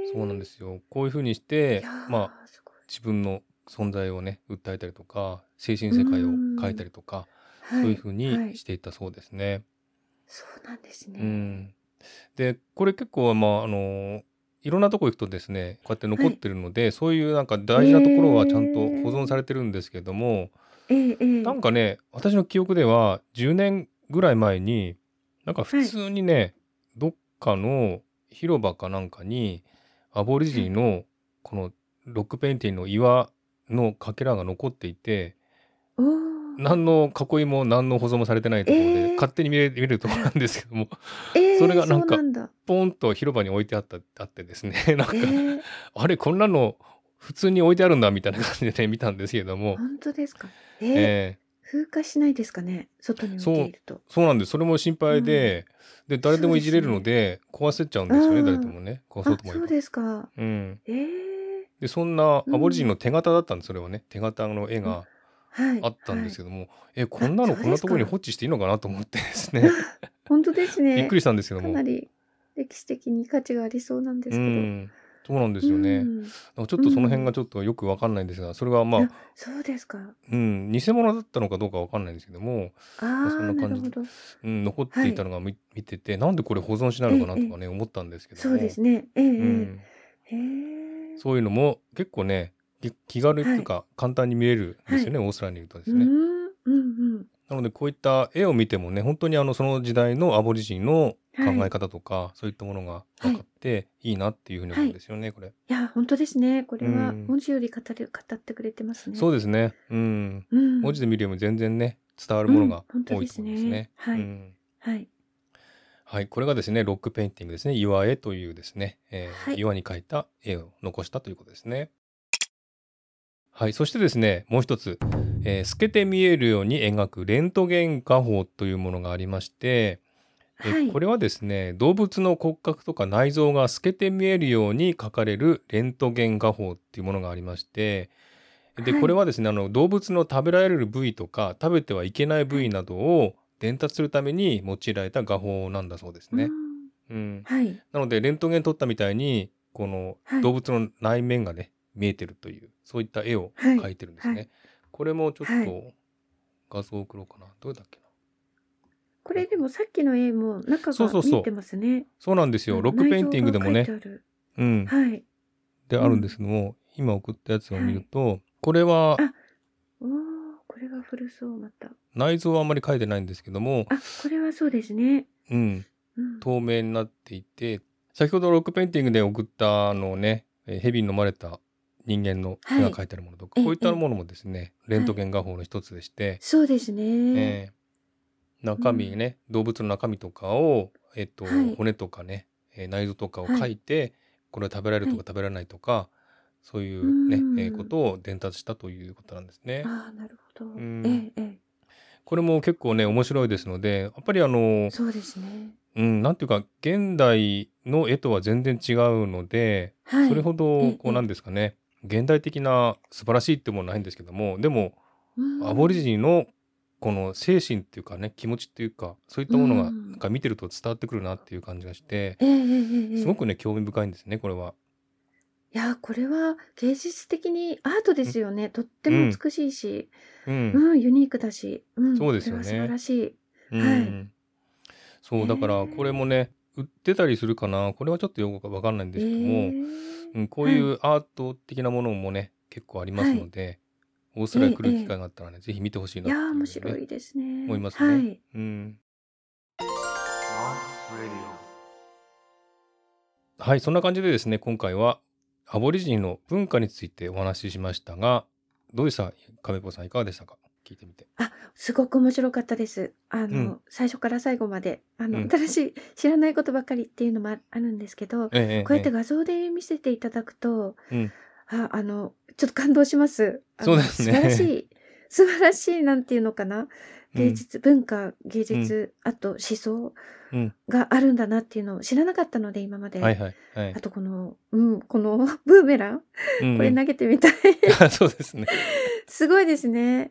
S2: えー。。
S1: そうなんですすよ。こういうふうにして、まあ
S2: あすごい。
S1: 自分の存在をね訴えたりとか、精神世界を変えたりとか、
S2: はい、
S1: そういうふう
S2: は
S1: に
S2: い
S1: していったそうですね。
S2: そうなんです
S1: う
S2: ね。
S1: ん、でこれ結構まああのーいろんなとこ行くとですねこうやって残ってるので、そういうなんか大事なところはちゃんと保存されてるんですけども、
S2: ええええ
S1: なんかね私の記憶では10年ぐらい前になんか普通にね、どっかの広場かなんかにアボリジニのこのロックペインティングの岩のかけらが残っていて
S2: おー
S1: 何の囲いも何の保存もされてないところで、
S2: えー
S1: 勝手に見れ見れるところなんですけども *laughs*
S2: えー
S1: それがなんか
S2: そうなんだ。
S1: ポンと広場に置いてあったあってです
S2: *laughs*
S1: ねなんか、
S2: えー、
S1: あれこんなの普通に置いてあるんだみたいな感じで、ね、見たんですけれども、
S2: 本当ですか。えー
S1: え
S2: 風化しないですかね外に置いていると。
S1: ーそうなんですそれも心配で,、で誰でもいじれるので壊せちゃうんですよね
S2: うん
S1: 誰でもね壊
S2: あ
S1: そうと思え
S2: そう
S1: ば。
S2: ですか。
S1: うん、
S2: ええ
S1: でそんな
S2: うん
S1: アボリジンの手形だったんですそれはね手形の絵が
S2: はい。
S1: あったんです
S2: よ。
S1: けども、えこんなの
S2: あそうですか
S1: こんなところに放置していいのかなと思ってですね
S2: 本当ですね。
S1: びっくりしたんですけど
S2: か
S1: も。
S2: なり歴史的に価値がありそうなんですけ
S1: う
S2: ど。うん
S1: んそうなんですよね。なんかちょっとその辺がちょっとよくわかんないんですが、それはまあ
S2: いやそうですか。
S1: うん、偽物だったのかどうかわかんないんですけども、
S2: ああ、
S1: そんな
S2: な
S1: 感
S2: る
S1: じ
S2: ほど。
S1: うん、残っていたのが見,、見ててなんでこれ保存しないのかなとかね、思ったんですけども
S2: そうですね。えええ
S1: うん、
S2: えへえ。
S1: そういうのも結構ねき気軽っていうか簡単に見れるんですよね、オーストラリアにいるとです
S2: う
S1: ね。
S2: んうんうん。
S1: なのでこういった絵を見てもね本当にあのその時代のアボリジンの考え方とか、そういったものが分かっていいなっていうふうに思うんですよね、これ。
S2: いや本当ですね。これは
S1: うん
S2: 文字より語る語ってくれてますね。
S1: そう
S2: う
S1: ですね、うん、
S2: ん。
S1: 文字
S2: で
S1: で見るよりも全然ね伝わるものが
S2: うん本当
S1: 多
S2: で
S1: いと
S2: す
S1: 思
S2: ね
S1: いますね。
S2: はい
S1: うん
S2: はい。
S1: はい、これがですね、ロックペインティングですね、岩絵というですね、えー
S2: はい
S1: 岩に描いた絵を残したということですね。はい、そしてですね、もう一つ、えー透けて見えるように描くレントゲン画法というものがありまして、えー
S2: はい。
S1: これはですね、動物の骨格とか内臓が透けて見えるように描かれるレントゲン画法っていうものがありまして、で、
S2: はい
S1: これはですね、あの動物の食べられる部位とか食べてはいけない部位などを伝達するために用いられた画法なんだそうですね
S2: う。ん
S1: うん、
S2: はい。
S1: なのでレントゲン撮ったみたいにこの
S2: はい
S1: 動物の内面がね見えてるというそういった絵を
S2: はい
S1: 描いてるんですね。
S2: はい
S1: これもちょっ
S2: は
S1: と画像を送ろうかなどうだっけな。
S2: これでもさっきの絵も中
S1: そうそうそ
S2: が
S1: う
S2: 見えてますね。
S1: そうなんですよ。ロックペインティングでも
S2: 内
S1: ね
S2: 臓、が書いてある
S1: うん、
S2: はい。
S1: であるんですけども、今送ったやつを見ると、これは
S2: あおお、これは古そうまた。
S1: 内臓はあんまり書いてないんですけども、
S2: あ、これはそうですね。
S1: うん、
S2: うん、
S1: 透明になっていて、先ほどロックペインティングで送ったあのね、えー蛇に飲まれた人間の絵が書いてあるものとか、
S2: はい
S1: こういっ
S2: え
S1: た
S2: え
S1: ものもですね、レントゲン画法の一つでして、
S2: そうですね。
S1: えー中身ね、動物の中身とかを、えっと
S2: はい
S1: 骨とかね、えー内臓とかを書いて、これは食べられるとか
S2: はい
S1: 食べられないとか、そういうね、
S2: うん
S1: えーことを伝達したということなんですね。
S2: ああ、なるほど。
S1: ん
S2: えええ
S1: これも結構ね面白いですのでやっぱりあの
S2: え、そうですね。
S1: うん、なんていうか現代の絵とは全然違うので、
S2: はい。
S1: それほど
S2: え
S1: こ
S2: え
S1: うなんですかね現代的な素晴らしいってものはないんですけどもでも
S2: うん
S1: アボリジニのこの精神っていうかね気持ちっていうかそういったもの
S2: う
S1: が
S2: ん
S1: なんか見てると伝わってくるなっていう感じがして
S2: ええええええ
S1: すごくね興味深いんですねこれは。
S2: いやーこれは芸術的にアートですよね、とって
S1: う
S2: も
S1: ん
S2: 美しいし、
S1: う
S2: うんんユニークだし、うん、
S1: そうですよね
S2: これは素晴らしい
S1: うん
S2: はい
S1: そうだから
S2: ねえ
S1: これもね売ってたりするかなこれはちょっとよくわかんないんですけども。
S2: え
S1: うん、こういうアート的なものもね、結構ありますので、オーストラリア来る機会があったらね、ぜひ見てほしい
S2: ー
S1: ないって
S2: や
S1: うふう
S2: ー
S1: にね
S2: 面白いですね
S1: 思いますね
S2: はい
S1: うん。はい、そんな感じでですね、今回はアボリジニの文化についてお話ししましたが、どうでした亀子さんいかがでしたか聞いてみて。
S2: あすごく面白かったですあの、
S1: うん
S2: 最初から最後まであの、
S1: うん
S2: 新しい知らないことばかりっていうのもああるんですけど、
S1: ええええ
S2: こうやって画像で見せていただくと、
S1: うん
S2: ああのちょっと感動しますあ
S1: そ
S2: の
S1: うですね
S2: 素晴らし
S1: *laughs*
S2: い素晴らしいなんていうのかな
S1: うん
S2: 芸術、文化芸術、あと思想
S1: うん
S2: があるんだなっていうのを知らなかったので今まで、
S1: はいはいはい
S2: あ。とこの、うん、この *laughs* ブーメラン
S1: うん
S2: これ投げてみたい *laughs*
S1: *laughs* そうですね。
S2: すごいですね、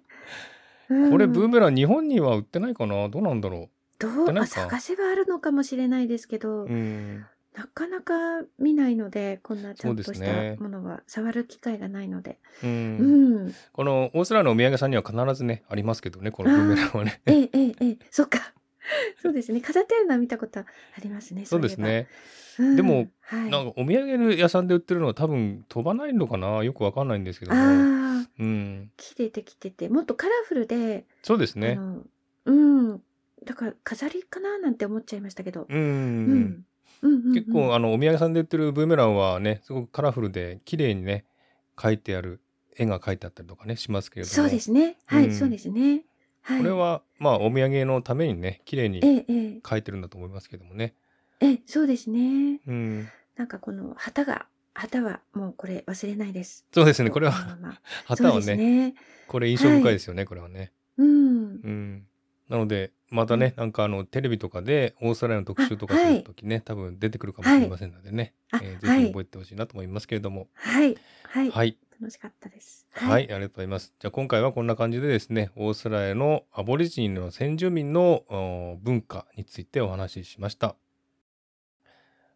S2: うん
S1: これブーメラン日本には売ってないかなどうなんだろ
S2: ど
S1: って
S2: う
S1: な
S2: あ
S1: んか
S2: 探せばあるのかもしれないですけど、
S1: う。うん。
S2: なかなか見ないのでこんなちゃんと
S1: そう
S2: し
S1: ですね
S2: たものは触る機会がないので
S1: う、
S2: うんん、
S1: このオーストラリアのお土産さんには必ずねありますけどねこのブーメランはね。
S2: ええええええそっか *laughs* そうですね飾ってあるのは見たことありますね
S1: *laughs* そうですね。
S2: そういえば、うん
S1: でも、
S2: はい、
S1: なんかお土産屋さんで売ってるのは多分飛ばないのかなよくわかんないんですけども、
S2: ああ
S1: うん、
S2: 木でできててもっとカラフルで、
S1: そうです
S2: あ
S1: ね。
S2: のうんだから飾りかななんて思っちゃいましたけど、
S1: うん、
S2: うんうんうんうん
S1: 結構あのお土産さんで売ってるブーメランはねすごくカラフルで綺麗にね描いてある絵が描いてあったりとかねしますけれども
S2: そうですねはい、
S1: うん
S2: そうですねはい
S1: これはまあお土産のためにね綺麗に
S2: えええ
S1: 描いてるんだと思いますけどもね。
S2: えええそうですね
S1: うん、
S2: なんかこの旗が旗はもうこれ忘れないです
S1: そうですねこれ
S2: この
S1: は
S2: まま
S1: 旗
S2: そう
S1: は
S2: で
S1: ね
S2: すね
S1: これ印象深いですよね、これはね。
S2: うん
S1: うん、なのでまたね、なんかあのテレビとかでオーストラリアの特集とかす
S2: あはい
S1: るときね、多分出てくるかもしれませんのでね、
S2: はいあ
S1: えー
S2: は
S1: ぜ
S2: い
S1: ひ覚えてほしいなと思いますけれども
S2: はいはい、
S1: はい
S2: 楽しかったです
S1: はい、ありがとうございますじゃあ今回はこんな感じでですねオーストラリアのアボリジニの先住民のお文化についてお話ししました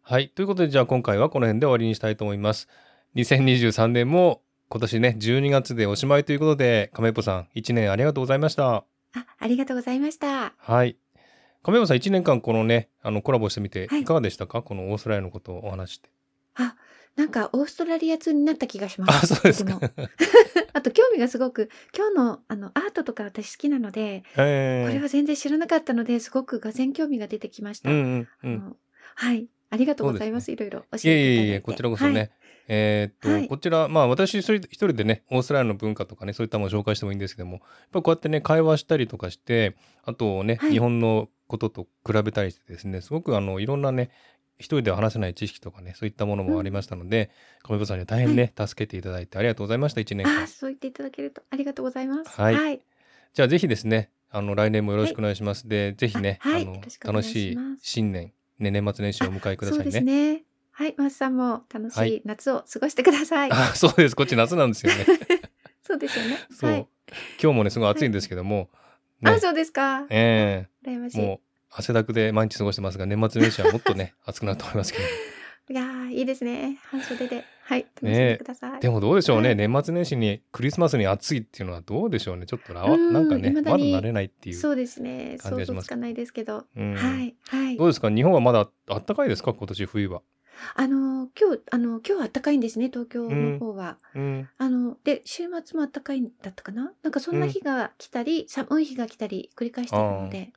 S1: はいということでじゃあ今回はこの辺で終わりにしたいと思います2023年も今年ね12月でおしまいということで亀っぽさん1年ありがとうございました
S2: あありがとうございました
S1: はい。亀山さん、1年間このね、あのコラボしてみて、
S2: はい
S1: いかがでしたか、このオーストラリアのことをお話しして。 *laughs*
S2: あなんかオーストラリア通になった気がしま
S1: あ、
S2: す
S1: そうです
S2: と
S1: か
S2: ても。あと興味がすごく今日のあのアートとか私好きなので、
S1: *laughs* え
S2: これ
S1: ー
S2: は全然知らなかったのですごくがぜ興味が出てきました。
S1: うんうんうん。
S2: あのはいありがとうございます
S1: そ
S2: いろいろ教
S1: い
S2: え
S1: え
S2: てい
S1: い
S2: ただ
S1: えい
S2: いて。
S1: え、こちらこそね。
S2: はい
S1: えーっと、
S2: はい
S1: こちら、まあ私一人一人でね、オーストラリアの文化とかね、そういったものを紹介してもいいんですけども、やっぱこうやってね、会話したりとかして、あとね、
S2: はい
S1: 日本のことと比べたりしてですね、すごくあの、いろんなね、一人では話せない知識とかね、そういったものもありましたので、亀山さんには大変ね、助けていただいてありがとうございました、1年間
S2: あ。そう言っていただけるとありがとうございます。
S1: はい
S2: はい、
S1: じゃあぜひですね、あの来年もよろしくお願いします。で、ぜひね、
S2: あはい
S1: あの
S2: よろしくお願
S1: 楽
S2: い
S1: し
S2: し
S1: い
S2: ます
S1: 新年、ね、年末年始をお迎えくだ
S2: そ
S1: さ
S2: う
S1: いね。
S2: ですね。はいマスさんも楽し
S1: はいい
S2: 夏を過ごしてください。
S1: あ、そうです。こっち夏なんですよね。
S2: *laughs* そうですよね。
S1: そう、
S2: はい。
S1: 今日もね、すごい暑いんですけども、
S2: あ
S1: ね、
S2: そうですか。
S1: え
S2: 羨ま
S1: え
S2: しい。
S1: もう汗だくで毎
S2: *laughs*
S1: 日過ごしてますが、年末年始はもっとね、暑くなると思いますけど。
S2: いやーいいですね。半袖で。はい、楽しんでください。
S1: でもどうでしょうね、
S2: はい
S1: 年末年始にクリスマスに暑いっていうのはどうでしょうねちょっとなわ
S2: うん
S1: なんかねま
S2: 未
S1: だ
S2: だに
S1: 慣れないっていう
S2: そうです
S1: 感
S2: ね。
S1: じ
S2: 想
S1: がし
S2: 像
S1: ます
S2: つかないですけど、
S1: うん
S2: はいはい
S1: どう。ですか日本はまだあったかいですか今年冬は、
S2: あの今日あの今日は暖かいんですね東京の方は。
S1: うん、
S2: あので週末も暖かいんだったかな。なんかそんな日が来たり、寒い日が来たり繰り返してるので、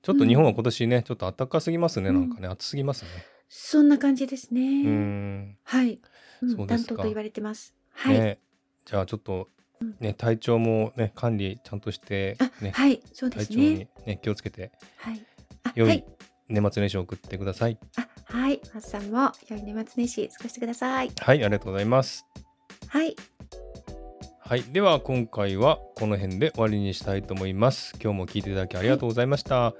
S1: ちょっと日本は今年ねちょっと暖かすぎますねなんかね暑すぎますね
S2: そんな感じです
S1: う
S2: ね。
S1: ん
S2: はい。うん
S1: そうで
S2: 暖
S1: すか
S2: 冬と言われてます。はい。
S1: ねじゃあちょっとね体調もね管理ちゃんとして
S2: あ、
S1: ね
S2: はい、そうで
S1: 体
S2: す
S1: 調
S2: ね。
S1: にね気をつけて
S2: はい。あ
S1: 良。
S2: はい
S1: 年末年始を送ってください
S2: あ、はい。マスさんも良い年末年始過ごしてください。
S1: はいありがとうございます
S2: はい。
S1: はいでは今回はこの辺で終わりにしたいと思います今日も聞いていただきありがとうございました、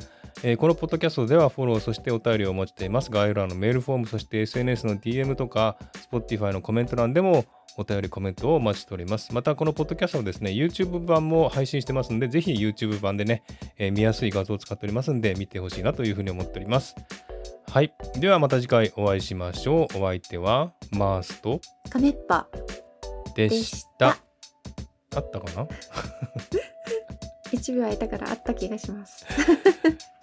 S1: えーこのポッドキャストではフォローそしてお便りをお待ちしています概要欄のメールフォームそして SNS の DM とか Spotify のコメント欄でもお便りコメントをお待ちしておりますまたこのポッドキャストをですね YouTube 版も配信してますのでぜひ YouTube 版でね、えー見やすい画像を使っておりますので見てほしいなというふうに思っておりますはいではまた次回お会いしましょうお相手はマースト
S2: カメッパ
S1: で
S2: で
S1: し
S2: した
S1: た。あったかな
S2: 1秒空いたからあった気がします。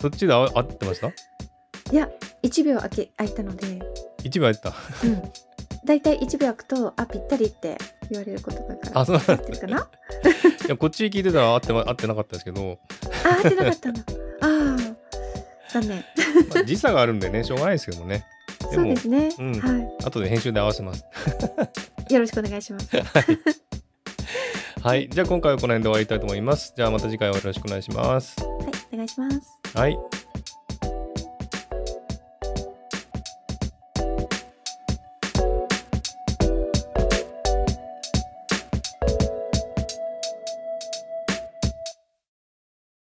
S1: そっちであ合ってました
S2: いや、1秒空け空いたので、
S1: 一部合ってた。
S2: うん。だいたい1秒空くと、あ、ぴったりって言われることだから。
S1: あ、そう
S2: 合
S1: なん
S2: って
S1: で
S2: る
S1: す
S2: か
S1: ね
S2: なあ、
S1: いや、こっち聞いてたら合ってま合ってなかったですけど、
S2: 合ってなかった
S1: *laughs*
S2: んだ。ああ、残念。
S1: まあ時差があるんでね、しょうがないですけどもね。で
S2: そう
S1: も
S2: で、すね。
S1: うん
S2: は
S1: 後で編集で合わせます。
S2: い。よろしくお願いします。
S1: はい。じゃあ今回はこの辺で終わりたいと思います。じゃあまた次回はよろしくお願いします。
S2: はい、お願いします。
S1: はい。